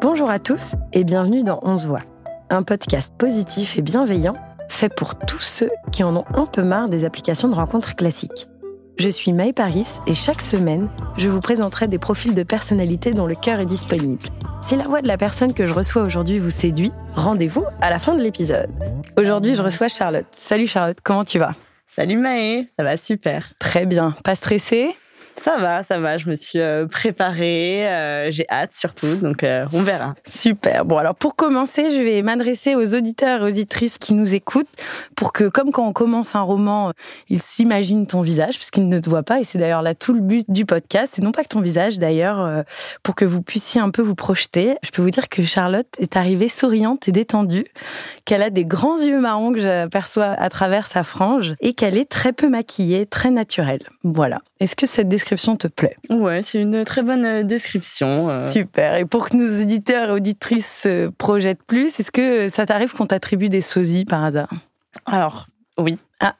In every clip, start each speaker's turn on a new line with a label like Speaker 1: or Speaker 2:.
Speaker 1: Bonjour à tous et bienvenue dans On se voit, un podcast positif et bienveillant fait pour tous ceux qui en ont un peu marre des applications de rencontres classiques. Je suis Maë Paris et chaque semaine, je vous présenterai des profils de personnalités dont le cœur est disponible. Si la voix de la personne que je reçois aujourd'hui vous séduit, rendez-vous à la fin de l'épisode. Aujourd'hui, je reçois Charlotte. Salut Charlotte, comment tu vas
Speaker 2: Salut Maë, ça va super.
Speaker 1: Très bien. Pas stressée
Speaker 2: Ça va, ça va, je me suis euh, préparée, euh, j'ai hâte surtout, donc euh, on verra.
Speaker 1: Super. Bon, alors pour commencer, je vais m'adresser aux auditeurs et auditrices qui nous écoutent pour que, comme quand on commence un roman, euh, ils s'imaginent ton visage, puisqu'ils ne te voient pas. Et c'est d'ailleurs là tout le but du podcast. Et non pas que ton visage, d'ailleurs, euh, pour que vous puissiez un peu vous projeter. Je peux vous dire que Charlotte est arrivée souriante et détendue, qu'elle a des grands yeux marrons que j'aperçois à travers sa frange et qu'elle est très peu maquillée, très naturelle. Voilà. Est-ce que cette description te plaît?
Speaker 2: Ouais, c'est une très bonne euh, description. euh.
Speaker 1: Super. Et pour que nos éditeurs et auditrices se projettent plus, est-ce que euh, ça t'arrive qu'on t'attribue des sosies par hasard
Speaker 2: Alors, oui.
Speaker 1: Ah.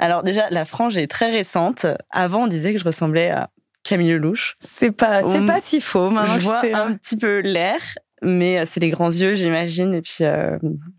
Speaker 2: Alors déjà, la frange est très récente. Avant, on disait que je ressemblais à Camille Lelouch.
Speaker 1: C'est pas, c'est
Speaker 2: Hum,
Speaker 1: pas si faux. Maintenant
Speaker 2: je
Speaker 1: que je
Speaker 2: vois
Speaker 1: t'ai-
Speaker 2: un petit peu l'air, mais euh, c'est les grands yeux, j'imagine, et puis euh,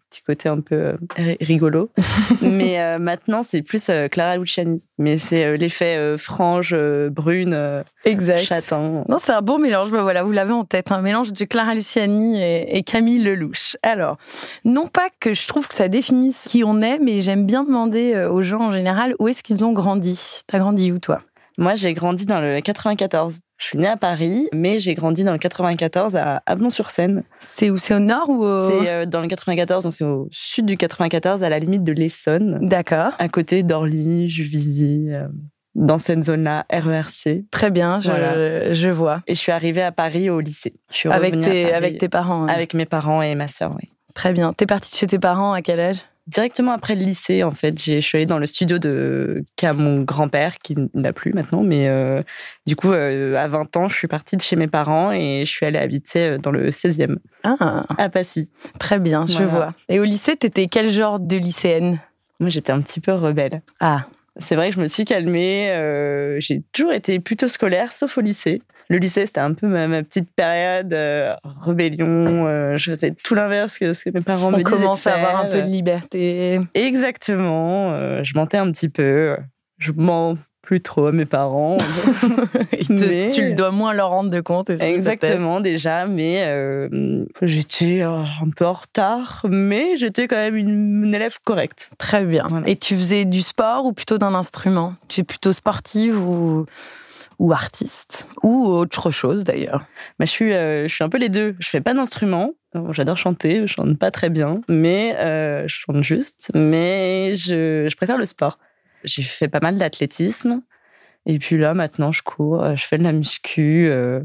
Speaker 2: petit côté un peu euh, ri- rigolo. mais euh, maintenant, c'est plus euh, Clara Luciani. Mais c'est euh, l'effet euh, frange, euh, brune, euh,
Speaker 1: exact.
Speaker 2: châtain.
Speaker 1: Non, c'est un bon mélange. Ben voilà, vous l'avez en tête, un mélange de Clara Luciani et, et Camille Lelouch. Alors, non pas que je trouve que ça définisse qui on est, mais j'aime bien demander euh, aux gens en général où est-ce qu'ils ont grandi. T'as grandi où toi
Speaker 2: Moi, j'ai grandi dans le 94. Je suis née à Paris, mais j'ai grandi dans le 94 à Ablon-sur-Seine.
Speaker 1: C'est où C'est au nord ou au...
Speaker 2: C'est euh, dans le 94, donc c'est au sud du 94, à la limite de l'Essonne,
Speaker 1: D'accord.
Speaker 2: à côté d'Orly, Juvisy, euh, dans cette zone-là, E RERC. Et
Speaker 1: Très bien, je,
Speaker 2: Voilà.
Speaker 1: je vois.
Speaker 2: je suis arrivée à Paris au lycée. Je suis
Speaker 1: Avec
Speaker 2: revenue à
Speaker 1: tes,
Speaker 2: Paris
Speaker 1: avec tes parents. hein.
Speaker 2: avec mes parents et ma sœur. oui.
Speaker 1: Très bien. T'es partie de chez tes parents à quel âge
Speaker 2: Directement après le lycée, en fait, j'ai- je suis allée dans le studio de qu'a mon grand-père, qui n'a plus maintenant, mais euh, du coup, euh, à 20 ans, je suis partie de chez mes parents et je suis allée habiter euh, dans le 16e,
Speaker 1: Ah,
Speaker 2: à Passy.
Speaker 1: très bien, je
Speaker 2: Voilà.
Speaker 1: vois. Et au lycée, t'étais quel genre de lycéenne
Speaker 2: Moi, j'étais un petit peu rebelle.
Speaker 1: Ah,
Speaker 2: C'est vrai que je me suis calmée. euh, j'ai toujours été plutôt scolaire, sauf au lycée. Le lycée, c'était un peu ma, ma petite période euh, rébellion. euh, je faisais tout l'inverse que ce que mes parents
Speaker 1: on
Speaker 2: me disaient. de
Speaker 1: commence à avoir un peu
Speaker 2: faire.
Speaker 1: de liberté.
Speaker 2: Exactement. euh, je mentais un petit peu. Je mens plus trop à mes parents.
Speaker 1: Et te-
Speaker 2: Mais-
Speaker 1: Tu le dois moins leur rendre de compte. aussi, peut-être.
Speaker 2: Exactement, déjà. Mais euh, j'étais euh, un peu en retard. Mais j'étais quand même une, une élève correcte.
Speaker 1: Très bien.
Speaker 2: Voilà.
Speaker 1: Et tu faisais du sport ou plutôt d'un instrument Tu es plutôt sportive ou, ou artiste Ou autre chose d'ailleurs
Speaker 2: Bah, je, suis, euh, je suis un peu les deux. Je fais pas d'instrument. Bon, J'adore chanter, je chante pas très bien, mais euh, je chante juste. Mais je, je préfère le sport. J'ai fait pas mal d'athlétisme. Et puis là, maintenant, je cours, euh, je fais de la muscu. euh,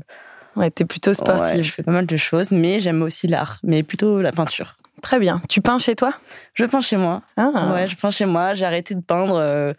Speaker 1: Ouais, t'es plutôt
Speaker 2: ouais,
Speaker 1: sportive.
Speaker 2: je fais pas mal de choses, mais j'aime aussi l'art, mais plutôt la peinture.
Speaker 1: Très bien. Tu peins chez toi
Speaker 2: Je peins chez moi.
Speaker 1: ah.
Speaker 2: Ouais, je peins chez moi. J'ai arrêté de peindre euh,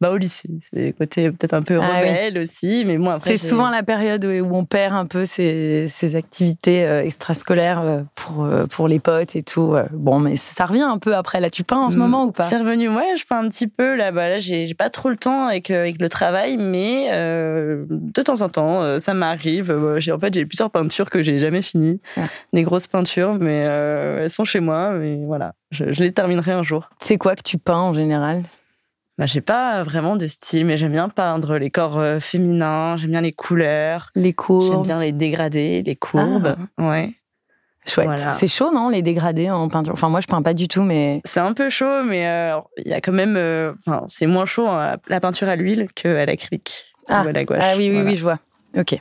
Speaker 2: bah, au lycée. C'est le côté peut-être un peu
Speaker 1: Ah oui.
Speaker 2: rebelle aussi, mais moi, après.
Speaker 1: C'est
Speaker 2: j'ai-
Speaker 1: souvent la période où- où on perd un peu ses, ses activités euh, extrascolaires euh, pour, euh, pour les potes et tout. euh. Bon, mais ça revient un peu après. Là, tu peins en ce
Speaker 2: Mm,
Speaker 1: moment ou pas
Speaker 2: C'est revenu, ouais, je peins un petit peu. Là, bah, là j'ai j'ai pas trop le temps avec, euh, avec le travail, mais euh, de temps en temps, euh, ça m'arrive. Euh, j'ai- En fait, j'ai plusieurs peintures que j'ai jamais finies.
Speaker 1: Ah.
Speaker 2: Des grosses peintures, mais euh, elles sont chez moi. Mais voilà, je, je les terminerai un jour.
Speaker 1: C'est quoi que tu peins en général
Speaker 2: Bah, j'ai pas vraiment de style, mais j'aime bien peindre les corps euh, féminins, j'aime bien les couleurs,
Speaker 1: Les
Speaker 2: j'aime
Speaker 1: courbes
Speaker 2: bien les dégradés, les
Speaker 1: Ah.
Speaker 2: courbes. Ouais.
Speaker 1: Chouette.
Speaker 2: Voilà.
Speaker 1: C'est chaud, non Les dégradés en peinture. Enfin, moi, je peins pas du tout, mais
Speaker 2: C'est un peu chaud, mais euh, il y a quand même. euh, enfin, c'est moins chaud hein, la peinture à l'huile qu'à l'acrylique ou à la gouache.
Speaker 1: Ah oui, oui,
Speaker 2: Voilà.
Speaker 1: oui, je vois. Ok.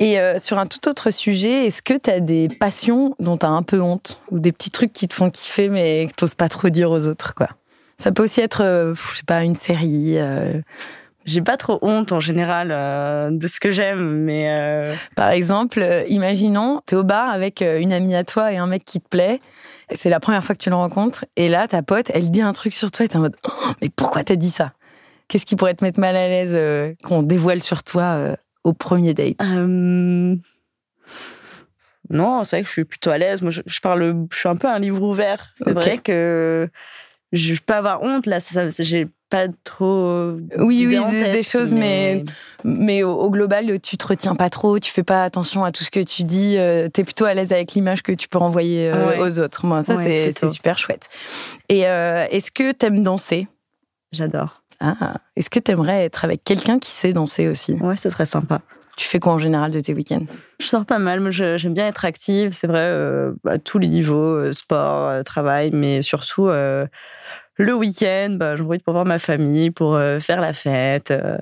Speaker 1: Et euh, sur un tout autre sujet, est-ce que tu as des passions dont tu as un peu honte Ou des petits trucs qui te font kiffer mais que t'oses pas trop dire aux autres, quoi Ça peut aussi être, euh, pff, je sais pas, une série. euh,
Speaker 2: J'ai pas trop honte en général euh, de ce que j'aime, mais euh,
Speaker 1: Par exemple, euh, imaginons, tu es au bar avec euh, une amie à toi et un mec qui te plaît. Et C'est la première fois que tu le rencontres. Et là, ta pote, elle dit un truc sur toi et t'es en mode Oh, Mais pourquoi t'as dit ça Qu'est-ce qui pourrait te mettre mal à l'aise euh, qu'on dévoile sur toi euh, au premier date
Speaker 2: euh, non, c'est vrai que je suis plutôt à l'aise. Moi, je, je parle, je suis un peu un livre ouvert. C'est
Speaker 1: Ok.
Speaker 2: vrai que je peux avoir honte là. ça- ça- j'ai pas trop.
Speaker 1: Oui, oui,
Speaker 2: d'idées en
Speaker 1: des-
Speaker 2: tête,
Speaker 1: des choses, mais- Mais au, au global, tu te retiens pas trop, tu fais pas attention à tout ce que tu dis, tu es plutôt à l'aise avec l'image que tu peux renvoyer euh,
Speaker 2: Ouais.
Speaker 1: aux autres. Moi, ça,
Speaker 2: Ouais,
Speaker 1: c'est- c'est
Speaker 2: plutôt.
Speaker 1: super chouette. Et euh, est-ce que t'aimes danser
Speaker 2: J'adore.
Speaker 1: ah, Est-ce que t'aimerais être avec quelqu'un qui sait danser aussi
Speaker 2: Ouais, ce serait sympa.
Speaker 1: Tu fais quoi en général de tes week-ends
Speaker 2: Je sors pas mal, moi, je- j'aime bien être active, c'est vrai, euh, à tous les niveaux, euh, sport, euh, travail, mais surtout euh, le week-end, bah, j'en profite pour voir ma famille, pour euh, faire la fête, euh,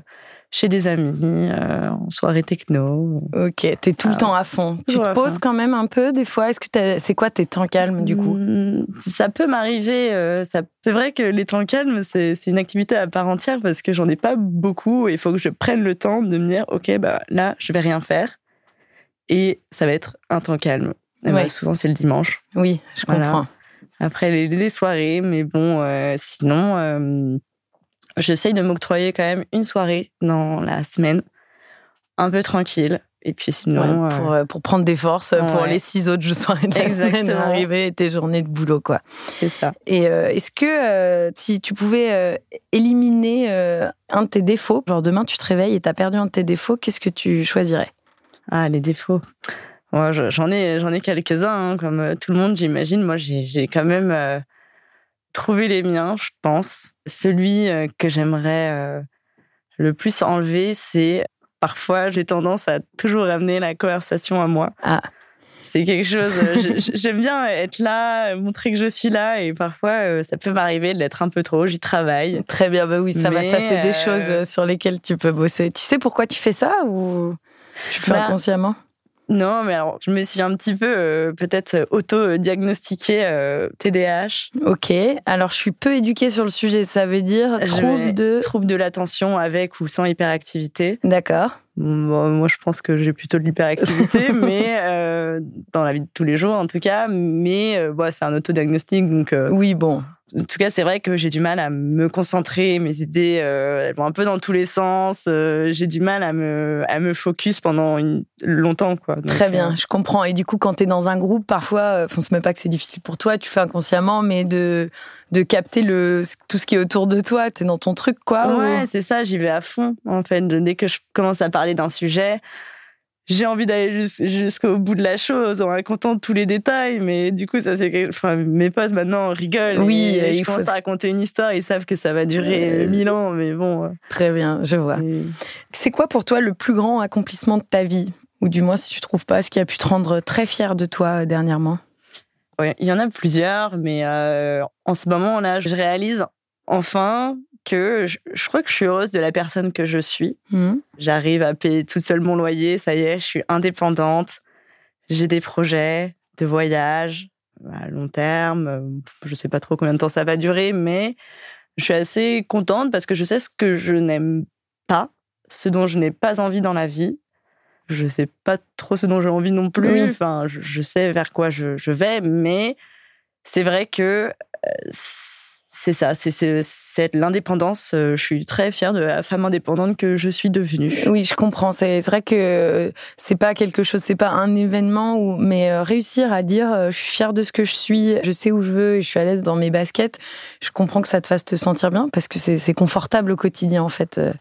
Speaker 2: chez des amis, euh, en soirée techno.
Speaker 1: Ok, t'es tout le
Speaker 2: Ah,
Speaker 1: temps à fond. Tu
Speaker 2: toujours
Speaker 1: te
Speaker 2: à
Speaker 1: poses
Speaker 2: fond.
Speaker 1: quand même un peu des fois. Est-ce que t'as- c'est quoi tes temps calmes du coup
Speaker 2: Mm, Ça peut m'arriver, euh, ça- c'est vrai que les temps calmes, c'est c'est une activité à part entière parce que j'en ai pas beaucoup et il faut que je prenne le temps de me dire, ok, bah, là, je vais rien faire et ça va être un temps calme. Et bah,
Speaker 1: Ouais.
Speaker 2: souvent, c'est le dimanche.
Speaker 1: Oui, je
Speaker 2: Voilà.
Speaker 1: comprends.
Speaker 2: après les, les soirées, mais bon, euh, sinon, euh, j'essaye de m'octroyer quand même une soirée dans la semaine, un peu tranquille. Et puis sinon,
Speaker 1: Ouais,
Speaker 2: euh,
Speaker 1: pour, euh, pour prendre des forces euh, pour
Speaker 2: Ouais.
Speaker 1: les six autres soirées de la semaine
Speaker 2: Exactement.
Speaker 1: arrivées et tes journées de boulot quoi.
Speaker 2: c'est ça.
Speaker 1: Et euh, est-ce que euh, si tu pouvais euh, éliminer euh, un de tes défauts, genre demain tu te réveilles et t'as perdu un de tes défauts, qu'est-ce que tu choisirais
Speaker 2: Ah, les défauts. Moi, je- j'en ai, j'en ai quelques-uns, hein, comme euh, tout le monde, j'imagine. Moi, j'ai j'ai quand même euh, trouvé les miens, je pense. Celui euh, que j'aimerais euh, le plus enlever, c'est parfois, j'ai tendance à toujours ramener la conversation à moi.
Speaker 1: Ah.
Speaker 2: C'est quelque chose. euh, je- je- J'aime bien être là, euh, montrer que je suis là, et parfois, euh, ça peut m'arriver de l'être un peu trop. J'y travaille.
Speaker 1: Très bien, bah oui, ça va,
Speaker 2: Mais,
Speaker 1: ça c'est des
Speaker 2: euh,
Speaker 1: choses euh, sur lesquelles tu peux bosser. Tu sais pourquoi tu fais ça ou tu le fais
Speaker 2: Bah,
Speaker 1: inconsciemment
Speaker 2: Non, mais alors, je me suis un petit peu euh, peut-être auto-diagnostiquée euh, TDAH.
Speaker 1: Ok, alors je suis peu éduquée sur le sujet, ça veut dire
Speaker 2: Je
Speaker 1: trouble
Speaker 2: vais-
Speaker 1: de...
Speaker 2: Trouble de l'attention avec ou sans hyperactivité.
Speaker 1: D'accord,
Speaker 2: Bon, bah, moi, je pense que j'ai plutôt de l'hyperactivité, mais euh, dans la vie de tous les jours, en tout cas. Mais euh, bon, c'est un auto-diagnostic, donc euh,
Speaker 1: oui bon,
Speaker 2: en tout cas, c'est vrai que j'ai du mal à me concentrer. Mes idées, euh, elles vont un peu dans tous les sens. euh, j'ai du mal à me, à me focus pendant une- longtemps, quoi. Donc,
Speaker 1: très
Speaker 2: euh,
Speaker 1: bien, je comprends. Et du coup quand t'es dans un groupe, parfois, euh, on se met pas que c'est difficile pour toi, tu le fais inconsciemment, mais de, de capter le, tout ce qui est autour de toi, t'es dans ton truc quoi. ou-
Speaker 2: ouais, c'est ça, j'y vais à fond, en fait. Dès que je commence à parler d'un sujet, j'ai envie d'aller jus- jusqu'au bout de la chose en racontant tous les détails, mais du coup, ça c'est. que- Enfin, mes potes maintenant rigolent.
Speaker 1: Oui,
Speaker 2: et
Speaker 1: euh,
Speaker 2: je
Speaker 1: il faut-
Speaker 2: commence à raconter une histoire, ils savent que ça va durer
Speaker 1: Euh,
Speaker 2: euh, mille ans, mais bon. euh,
Speaker 1: Très bien, je vois.
Speaker 2: et-
Speaker 1: C'est quoi pour toi le plus grand accomplissement de ta vie Ou du moins, si tu trouves pas, ce qui a pu te rendre très fier de toi euh, dernièrement
Speaker 2: Ouais, il y en a plusieurs, mais euh, en ce moment là, je réalise enfin que je, je crois que je suis heureuse de la personne que je suis.
Speaker 1: Hmm
Speaker 2: J'arrive à payer toute seule mon loyer, ça y est, je suis indépendante. J'ai des projets de voyage à long terme. euh, Je sais pas trop combien de temps ça va durer, mais je suis assez contente parce que je sais ce que je n'aime pas, ce dont je n'ai pas envie dans la vie. Je sais pas trop ce dont j'ai envie non plus.
Speaker 1: Oui.
Speaker 2: Enfin, je, je sais vers quoi je, je vais, mais c'est vrai que euh, c'est ça, c'est- c'est c'est l'indépendance. Euh, Je suis très fière de la femme indépendante que je suis devenue.
Speaker 1: Oui, je comprends. C'est c'est vrai que euh, c'est pas quelque chose, c'est pas un événement, où, mais euh, réussir à dire euh, je suis fière de ce que je suis, je sais où je veux et je suis à l'aise dans mes baskets, je comprends que ça te fasse te sentir bien parce que c'est c'est confortable au quotidien en fait. Euh,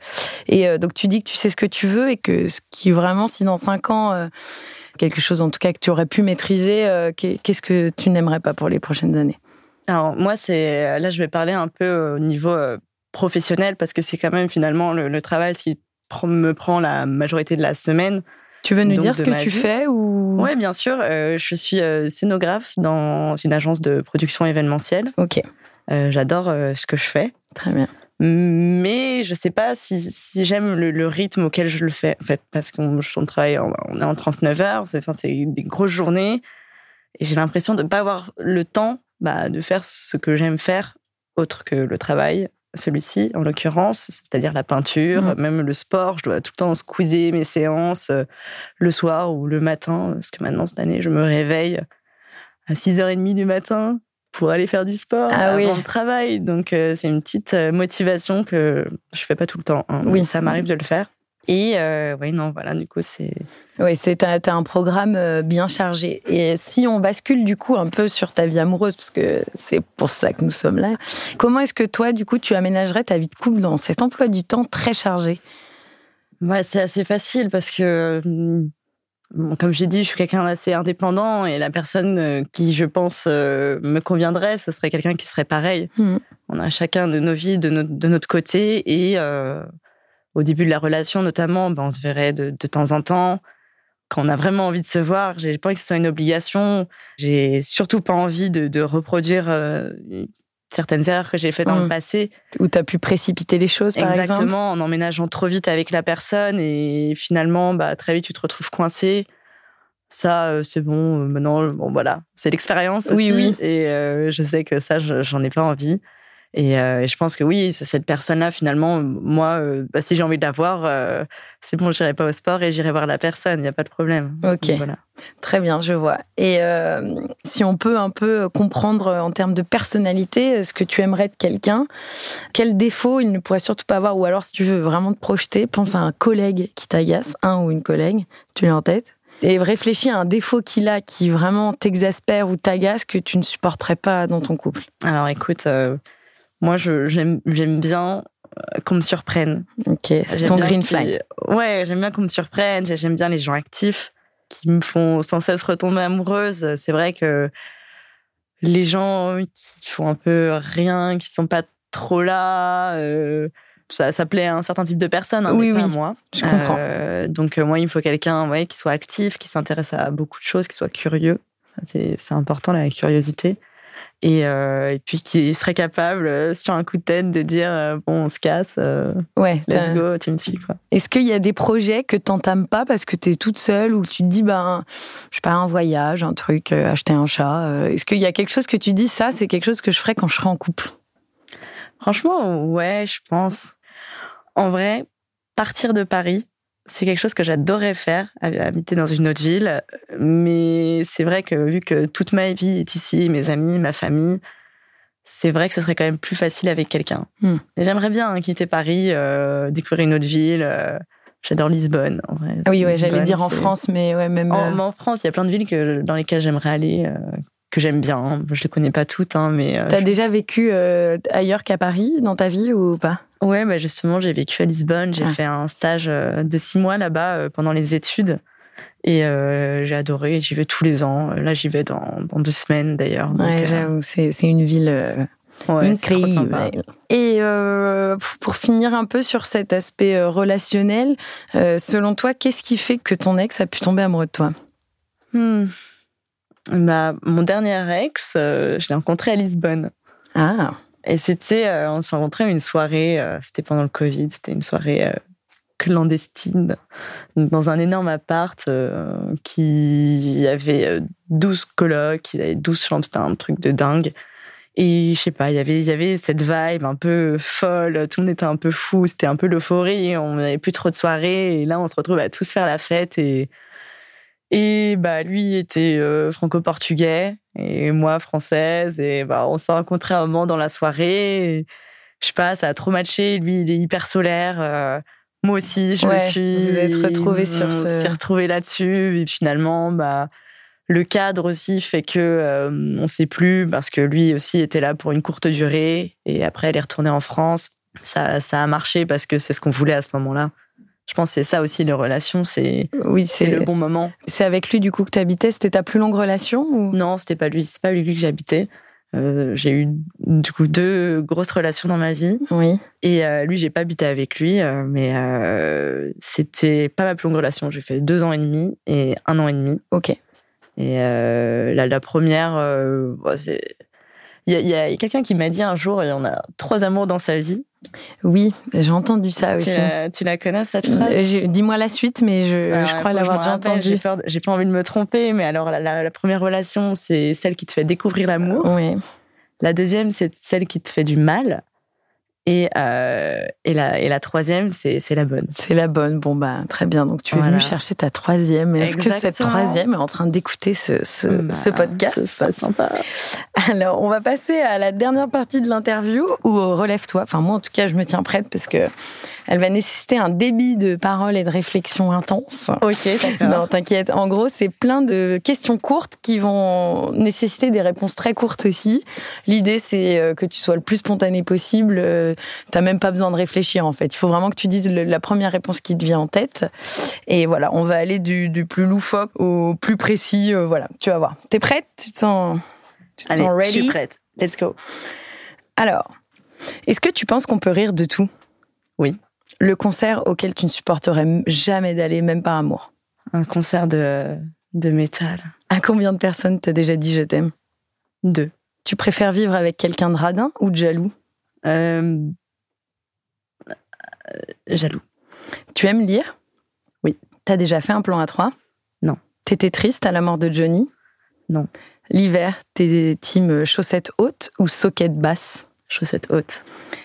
Speaker 1: Et euh, donc tu dis que tu sais ce que tu veux et que ce qui vraiment, si dans cinq ans, euh, quelque chose en tout cas que tu aurais pu maîtriser, euh, qu'est- qu'est-ce que tu n'aimerais pas pour les prochaines années
Speaker 2: Alors moi, c'est euh, là, je vais parler un peu au niveau euh, professionnel parce que c'est quand même finalement le, le travail ce qui pr- me prend la majorité de la semaine.
Speaker 1: Tu veux nous
Speaker 2: Donc,
Speaker 1: dire ce
Speaker 2: de
Speaker 1: que
Speaker 2: ma
Speaker 1: tu
Speaker 2: vie.
Speaker 1: fais ou
Speaker 2: Oui, bien sûr. euh, je suis euh, scénographe dans une agence de production événementielle.
Speaker 1: Ok,
Speaker 2: Euh, J'adore euh, ce que je fais.
Speaker 1: très bien.
Speaker 2: Mais je sais pas si, si j'aime le, le rythme auquel je le fais, en fait, parce qu'on on travaille, en- on est en 39 heures, c'est enfin, c'est des grosses journées, et j'ai l'impression de ne pas avoir le temps bah, de faire ce que j'aime faire, autre que le travail, celui-ci en l'occurrence, c'est-à-dire la peinture,
Speaker 1: Mhm.
Speaker 2: même le sport, je dois tout le temps squeezer mes séances euh, le soir ou le matin, parce que maintenant, cette année, je me réveille à 6h30 du matin pour aller faire du sport
Speaker 1: Ah
Speaker 2: avant
Speaker 1: oui.
Speaker 2: le travail. Donc, euh, c'est une petite euh, motivation que je fais pas tout le temps. hein.
Speaker 1: Oui.
Speaker 2: Ça m'arrive de le faire. Et euh, oui, non, voilà, du coup, c'est.
Speaker 1: Oui, c'est t'as, t'as un programme euh, bien chargé. Et si on bascule du coup un peu sur ta vie amoureuse, parce que c'est pour ça que nous sommes là, comment est-ce que toi, du coup, tu aménagerais ta vie de couple dans cet emploi du temps très chargé
Speaker 2: Ouais, c'est assez facile parce que, euh, bon, comme j'ai dit, je suis quelqu'un d'assez indépendant et la personne euh, qui, je pense, euh, me conviendrait, ce serait quelqu'un qui serait pareil.
Speaker 1: Mhm.
Speaker 2: On a chacun de nos vies de, no- de notre côté et euh, au début de la relation, notamment, ben, on se verrait de, de temps en temps. Quand on a vraiment envie de se voir, j'ai pas envie que ce soit une obligation. J'ai surtout pas envie de, de reproduire euh, certaines erreurs que j'ai faites dans
Speaker 1: Mhm.
Speaker 2: le passé.
Speaker 1: Où t'as pu précipiter les choses, par
Speaker 2: Exactement,
Speaker 1: exemple
Speaker 2: en emménageant trop vite avec la personne et finalement, bah, très vite, tu te retrouves coincé. Ça, euh, c'est bon, euh, maintenant, bon, voilà, c'est l'expérience.
Speaker 1: Oui,
Speaker 2: aussi.
Speaker 1: oui.
Speaker 2: Et euh, je sais que ça, je- j'en ai pas envie. Et, euh, et je pense que oui, c- cette personne-là, finalement, euh, moi, euh, bah, si j'ai envie de la voir, euh, c'est bon, j'irai pas au sport et j'irai voir la personne, il n'y a pas de problème.
Speaker 1: Ok.
Speaker 2: Donc, voilà.
Speaker 1: Très bien, je vois. Et euh, si on peut un peu comprendre euh, en termes de personnalité euh, ce que tu aimerais de quelqu'un, quel défaut il ne pourrait surtout pas avoir, ou alors si tu veux vraiment te projeter, pense à un collègue qui t'agace, un ou une collègue, tu l'as en tête, et réfléchis à un défaut qu'il a qui vraiment t'exaspère ou t'agace que tu ne supporterais pas dans ton couple.
Speaker 2: Alors écoute, euh, moi, je- j'aime j'aime bien euh, qu'on me surprenne.
Speaker 1: Ok, c'est
Speaker 2: Ah, J'aime
Speaker 1: ton
Speaker 2: bien
Speaker 1: green
Speaker 2: qu'il-
Speaker 1: flag.
Speaker 2: Ouais, j'aime bien qu'on me surprenne, j'ai- j'aime bien les gens actifs qui me font sans cesse retomber amoureuse. C'est vrai que les gens qui font un peu rien, qui sont pas trop là, euh, ça, ça plaît à un certain type de personne, hein,
Speaker 1: Oui,
Speaker 2: mais pas
Speaker 1: oui,
Speaker 2: à moi.
Speaker 1: je comprends.
Speaker 2: Euh, donc euh, moi, il me faut quelqu'un ouais, qui soit actif, qui s'intéresse à beaucoup de choses, qui soit curieux. Ça, C'est c'est important, la curiosité. Et, euh, et puis qui serait capable, euh, sur un coup de tête, de dire euh, Bon, on se casse, euh,
Speaker 1: Ouais,
Speaker 2: let's
Speaker 1: t'as-
Speaker 2: go, tu me suis, quoi.
Speaker 1: Est-ce qu'il y a des projets que t'entames pas parce que t'es toute seule ou tu te dis, ben, je sais pas, un voyage, un truc, euh, acheter un chat euh, Est-ce qu'il y a quelque chose que tu dis, ça, c'est quelque chose que je ferais quand je serai en couple
Speaker 2: Franchement, ouais, je pense. En vrai, partir de Paris, c'est quelque chose que j'adorais faire, hab- habiter dans une autre ville. Mais c'est vrai que vu que toute ma vie est ici, mes amis, ma famille, c'est vrai que ce serait quand même plus facile avec quelqu'un.
Speaker 1: Hmm.
Speaker 2: Et j'aimerais bien hein, quitter Paris, euh, découvrir une autre ville. euh, J'adore Lisbonne, en vrai.
Speaker 1: Ah Oui, ouais, j'allais
Speaker 2: Lisbonne,
Speaker 1: dire en
Speaker 2: c'est- Oh,
Speaker 1: France, mais ouais, même.
Speaker 2: en,
Speaker 1: euh,
Speaker 2: mais en France, il y a plein de villes que, dans lesquelles j'aimerais aller, euh, que j'aime bien. hein. Je les connais pas toutes, hein, mais euh,
Speaker 1: T'as déjà vécu euh, ailleurs qu'à Paris dans ta vie ou pas
Speaker 2: Ouais, bah justement, j'ai vécu à Lisbonne. J'ai
Speaker 1: Ah.
Speaker 2: fait un stage euh, de six mois là-bas euh, pendant les études. Et euh, j'ai adoré. J'y vais tous les ans. Euh, Là, j'y vais dans, dans deux semaines d'ailleurs. Donc,
Speaker 1: Ouais,
Speaker 2: euh,
Speaker 1: j'avoue, c'est c'est une ville euh,
Speaker 2: ouais, c'est trop
Speaker 1: Incroyable.
Speaker 2: sympa.
Speaker 1: Et euh, pour finir un peu sur cet aspect euh, relationnel, euh, selon toi, qu'est-ce qui fait que ton ex a pu tomber amoureux de toi
Speaker 2: Hmm. Bah, mon dernier ex, euh, je l'ai rencontré à Lisbonne.
Speaker 1: Ah,
Speaker 2: Et c'était, euh, on s'est rencontrés à une soirée. euh, c'était pendant le Covid. C'était une soirée euh, clandestine dans un énorme appart euh, qui avait euh, 12 colocs, il y avait 12 chambres, c'était un truc de dingue. Et je sais pas, il y avait- il y avait cette vibe un peu folle, tout le monde était un peu fou, c'était un peu l'euphorie, on n'avait plus trop de soirées, et là on se retrouve à tous faire la fête. Et, et bah, lui était euh, franco-portugais, et moi française, et bah, on s'est rencontrés à un moment dans la soirée. et je sais pas, ça a trop matché, lui il est hyper solaire. euh, moi aussi, je
Speaker 1: Ouais,
Speaker 2: me suis.
Speaker 1: vous êtes retrouvés sur
Speaker 2: on
Speaker 1: ce-
Speaker 2: s'est retrouvés là-dessus. Et finalement, bah, le cadre aussi fait que euh, on sait plus parce que lui aussi était là pour une courte durée et après elle est retournée en France. Ça, ça a marché parce que c'est ce qu'on voulait à ce moment-là. Je pense que c'est ça aussi les relations, c'est
Speaker 1: oui,
Speaker 2: c'est
Speaker 1: c'est
Speaker 2: le bon moment.
Speaker 1: c'est avec lui du coup que tu habitais. C'était ta plus longue relation ou
Speaker 2: Non, c'était pas lui, c'est pas lui que j'habitais. Euh, j'ai eu du coup deux grosses relations dans ma vie.
Speaker 1: Oui.
Speaker 2: Et euh, lui, j'ai pas habité avec lui, euh, mais euh, c'était pas ma plus longue relation. J'ai fait deux ans et demi et un an et demi.
Speaker 1: Ok.
Speaker 2: Et euh, la, la première, euh, bon, c'est- il y a, il y a quelqu'un qui m'a dit un jour, il y en a trois amours dans sa vie.
Speaker 1: Oui, j'ai entendu ça
Speaker 2: Tu
Speaker 1: aussi.
Speaker 2: la, tu la connais cette phrase
Speaker 1: Euh, j'ai- Dis-moi la suite, mais je,
Speaker 2: Alors,
Speaker 1: je
Speaker 2: faut
Speaker 1: crois
Speaker 2: que
Speaker 1: l'avoir
Speaker 2: me
Speaker 1: déjà
Speaker 2: rappelle, J'ai
Speaker 1: entendu.
Speaker 2: peur de- j'ai pas envie de me tromper, mais alors la, la- la première relation, c'est celle qui te fait découvrir l'amour.
Speaker 1: Ouais.
Speaker 2: La deuxième, c'est celle qui te fait du mal. Et, euh, et, la, et la troisième, c'est c'est la bonne.
Speaker 1: C'est la bonne. Bon, bah, très bien. Donc, tu es
Speaker 2: Voilà.
Speaker 1: venu chercher ta troisième. Est-ce que cette
Speaker 2: Exactement.
Speaker 1: troisième est en train d'écouter ce, ce, ce
Speaker 2: Bah,
Speaker 1: podcast
Speaker 2: c'est pas sympa.
Speaker 1: Alors, on va passer à la dernière partie de l'interview où euh, relève-toi. Enfin, moi, en tout cas, je me tiens prête parce que Elle va nécessiter un débit de parole et de réflexion intense.
Speaker 2: Ok, d'accord.
Speaker 1: Non, t'inquiète. En gros, c'est plein de questions courtes qui vont nécessiter des réponses très courtes aussi. L'idée, c'est euh, que tu sois le plus spontané possible. Euh, T'as même pas besoin de réfléchir, en fait. Il faut vraiment que tu dises le- la première réponse qui te vient en tête. Et voilà, on va aller du, du plus loufoque au plus précis. euh, voilà, tu vas voir. T'es prête Tu te sens, tu te
Speaker 2: Allez,
Speaker 1: sens
Speaker 2: je
Speaker 1: ready
Speaker 2: suis prête. Let's go.
Speaker 1: Alors, est-ce que tu penses qu'on peut rire de tout
Speaker 2: Oui.
Speaker 1: Le concert auquel tu ne supporterais m- jamais d'aller, même par amour.
Speaker 2: Un concert de, de métal.
Speaker 1: À combien de personnes t'as déjà dit je t'aime
Speaker 2: Deux.
Speaker 1: Tu préfères vivre avec quelqu'un de radin ou de jaloux
Speaker 2: Euh, euh, jaloux.
Speaker 1: Tu aimes lire
Speaker 2: Oui.
Speaker 1: T'as déjà fait un plan à trois
Speaker 2: Non.
Speaker 1: T'étais triste à la mort de Johnny
Speaker 2: Non.
Speaker 1: L'hiver, t'es team chaussettes hautes ou soquettes basses
Speaker 2: Chaussettes hautes.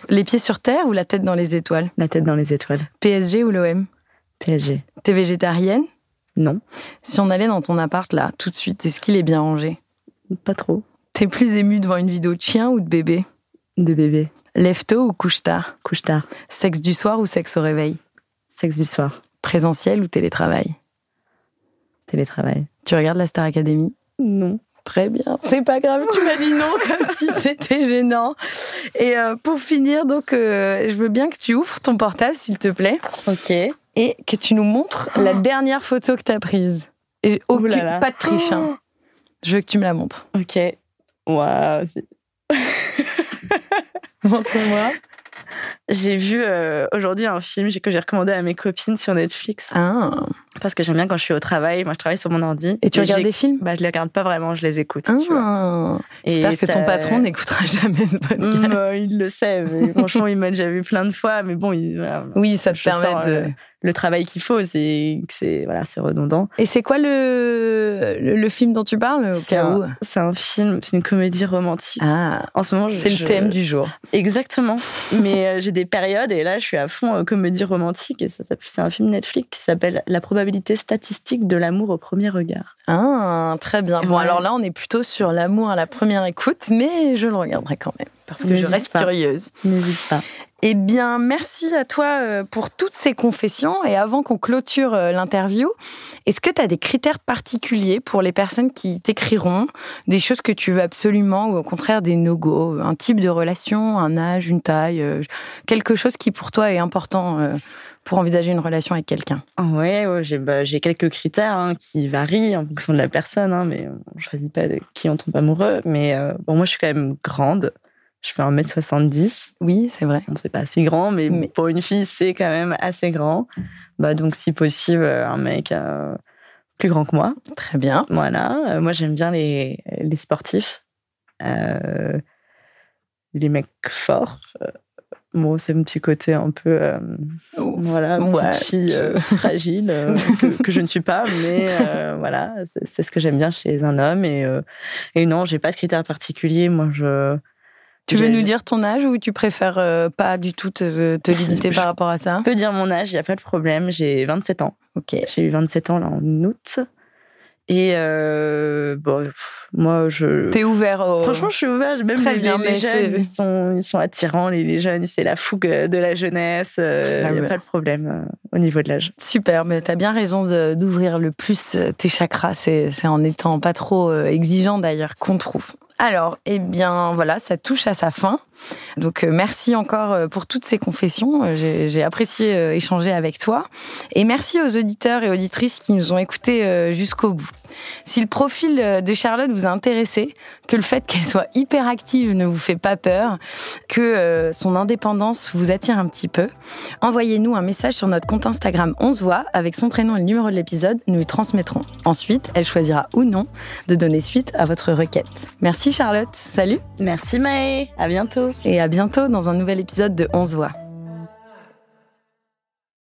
Speaker 1: Les pieds sur terre ou la tête dans les étoiles
Speaker 2: La tête dans les étoiles.
Speaker 1: PSG ou l'OM
Speaker 2: PSG.
Speaker 1: T'es végétarienne
Speaker 2: Non,
Speaker 1: Si on allait dans ton appart là, tout de suite, est-ce qu'il est bien rangé
Speaker 2: pas trop.
Speaker 1: T'es plus ému devant une vidéo de chien ou de bébé
Speaker 2: De bébé.
Speaker 1: Lève tôt ou couche tard
Speaker 2: Couche tard.
Speaker 1: Sexe du soir ou sexe au réveil
Speaker 2: Sexe du soir.
Speaker 1: Présentiel ou télétravail
Speaker 2: Télétravail.
Speaker 1: Tu regardes la Star Academy
Speaker 2: Non.
Speaker 1: Très bien. C'est pas grave, tu m'as dit non comme si c'était gênant. Et euh, pour finir, donc, euh, je veux bien que tu ouvres ton portable, s'il te plaît,
Speaker 2: Ok.
Speaker 1: et que tu nous montres
Speaker 2: Oh.
Speaker 1: la dernière photo que tu as prise. Et aucune-
Speaker 2: Ouh là là.
Speaker 1: pas de triche.
Speaker 2: Oh.
Speaker 1: hein. Je veux que tu me la montres.
Speaker 2: Ok. Waouh.
Speaker 1: Montre-moi.
Speaker 2: J'ai vu euh, aujourd'hui un film que j'ai recommandé à mes copines sur Netflix.
Speaker 1: Ah.
Speaker 2: Parce que j'aime bien quand je suis au travail. Moi, je travaille sur mon ordi.
Speaker 1: Et tu regardes
Speaker 2: j'ai-
Speaker 1: des films
Speaker 2: bah, Je les regarde pas vraiment, je les écoute. tu vois.
Speaker 1: Ah.
Speaker 2: Et
Speaker 1: J'espère que
Speaker 2: ça-
Speaker 1: ton patron n'écoutera jamais ce podcast.
Speaker 2: Mm, euh, il le sait, mais franchement, il m'a déjà vu plein de fois. Mais bon, il- voilà,
Speaker 1: Oui, ça te
Speaker 2: Je
Speaker 1: permet
Speaker 2: sens,
Speaker 1: de.
Speaker 2: euh, le travail qu'il faut, c'est que c'est voilà, c'est redondant.
Speaker 1: Et c'est quoi le, le, le film dont tu parles au
Speaker 2: C'est
Speaker 1: cas où
Speaker 2: un, c'est un film, c'est une comédie romantique.
Speaker 1: Ah,
Speaker 2: En ce moment, je-
Speaker 1: c'est le
Speaker 2: je-
Speaker 1: thème du jour.
Speaker 2: Exactement. Mais euh, j'ai des périodes et là, je suis à fond euh, comédie romantique et ça, ça- c'est un film Netflix qui s'appelle La probabilité statistique de l'amour au premier regard.
Speaker 1: Ah, très bien. Bon,
Speaker 2: Ouais.
Speaker 1: alors là, on est plutôt sur l'amour à la première écoute, mais je le regarderai quand même, parce que je
Speaker 2: N'hésite
Speaker 1: reste
Speaker 2: pas.
Speaker 1: curieuse.
Speaker 2: N'hésite pas.
Speaker 1: Eh bien, merci à toi euh, pour toutes ces confessions. Et avant qu'on clôture euh, l'interview, est-ce que tu as des critères particuliers pour les personnes qui t'écriront Des choses que tu veux absolument ou au contraire des no-go Un type de relation, un âge, une taille euh, Quelque chose qui pour toi est important euh, pour envisager une relation avec quelqu'un
Speaker 2: Ah Ouais, ouais, j'ai bah, j'ai quelques critères hein, qui varient en fonction de la personne, hein, mais on ne choisit pas de qui on tombe amoureux. Mais euh, bon, moi, je suis quand même grande. Je fais 1m70.
Speaker 1: Oui, c'est vrai.
Speaker 2: Bon, c'est pas assez grand, mais,
Speaker 1: Mais-
Speaker 2: pour une fille, c'est quand même assez grand. Bah, donc, si possible, euh, un mec euh, plus grand que moi.
Speaker 1: Très bien.
Speaker 2: Voilà. Euh, Moi, j'aime bien les, les sportifs, Euh, les mecs forts. Euh, Bon, c'est mon petit côté un peu. euh, voilà,
Speaker 1: Ouais,
Speaker 2: petite fille euh, fragile euh, que, que je ne suis pas, mais euh, voilà, c'est- c'est ce que j'aime bien chez un homme. Et, euh, et non, j'ai pas de critères particuliers. Moi, je.
Speaker 1: Tu veux
Speaker 2: j'ai-
Speaker 1: nous dire ton âge ou tu préfères euh, pas du tout te, te limiter
Speaker 2: Je-
Speaker 1: par rapport à ça
Speaker 2: Je peux dire mon âge, il n'y a pas de problème. J'ai 27 ans.
Speaker 1: Ok.
Speaker 2: J'ai eu 27 ans là en août. Et euh, bon, pff, moi, je.
Speaker 1: T'es ouvert au...
Speaker 2: Franchement, je suis ouverte. Même
Speaker 1: Très
Speaker 2: les,
Speaker 1: bien,
Speaker 2: les- les
Speaker 1: mais
Speaker 2: jeunes,
Speaker 1: c'est-
Speaker 2: ils sont, ils sont attirants. Les, les jeunes, c'est la fougue de la jeunesse.
Speaker 1: Très
Speaker 2: Il n'y
Speaker 1: bien.
Speaker 2: a pas de problème euh, au niveau de l'âge.
Speaker 1: Super, mais t'as bien raison de- d'ouvrir le plus euh, tes chakras. C'est c'est en n'étant pas trop euh, exigeant d'ailleurs qu'on trouve. Alors, eh bien voilà, ça touche à sa fin. Donc euh, merci encore euh, pour toutes ces confessions. Euh, J'ai j'ai apprécié euh, échanger avec toi. Et merci aux auditeurs et auditrices qui nous ont écoutés euh, jusqu'au bout. Si le profil euh, de Charlotte vous a intéressé, que le fait qu'elle soit hyper active ne vous fait pas peur, que euh, son indépendance vous attire un petit peu, envoyez-nous un message sur notre compte Instagram 11 voix avec son prénom et le numéro de l'épisode, nous lui transmettrons. Ensuite, elle choisira ou non de donner suite à votre requête. Merci Charlotte, salut
Speaker 2: Merci, Maë. À bientôt.
Speaker 1: et à bientôt dans un nouvel épisode de 11 voix.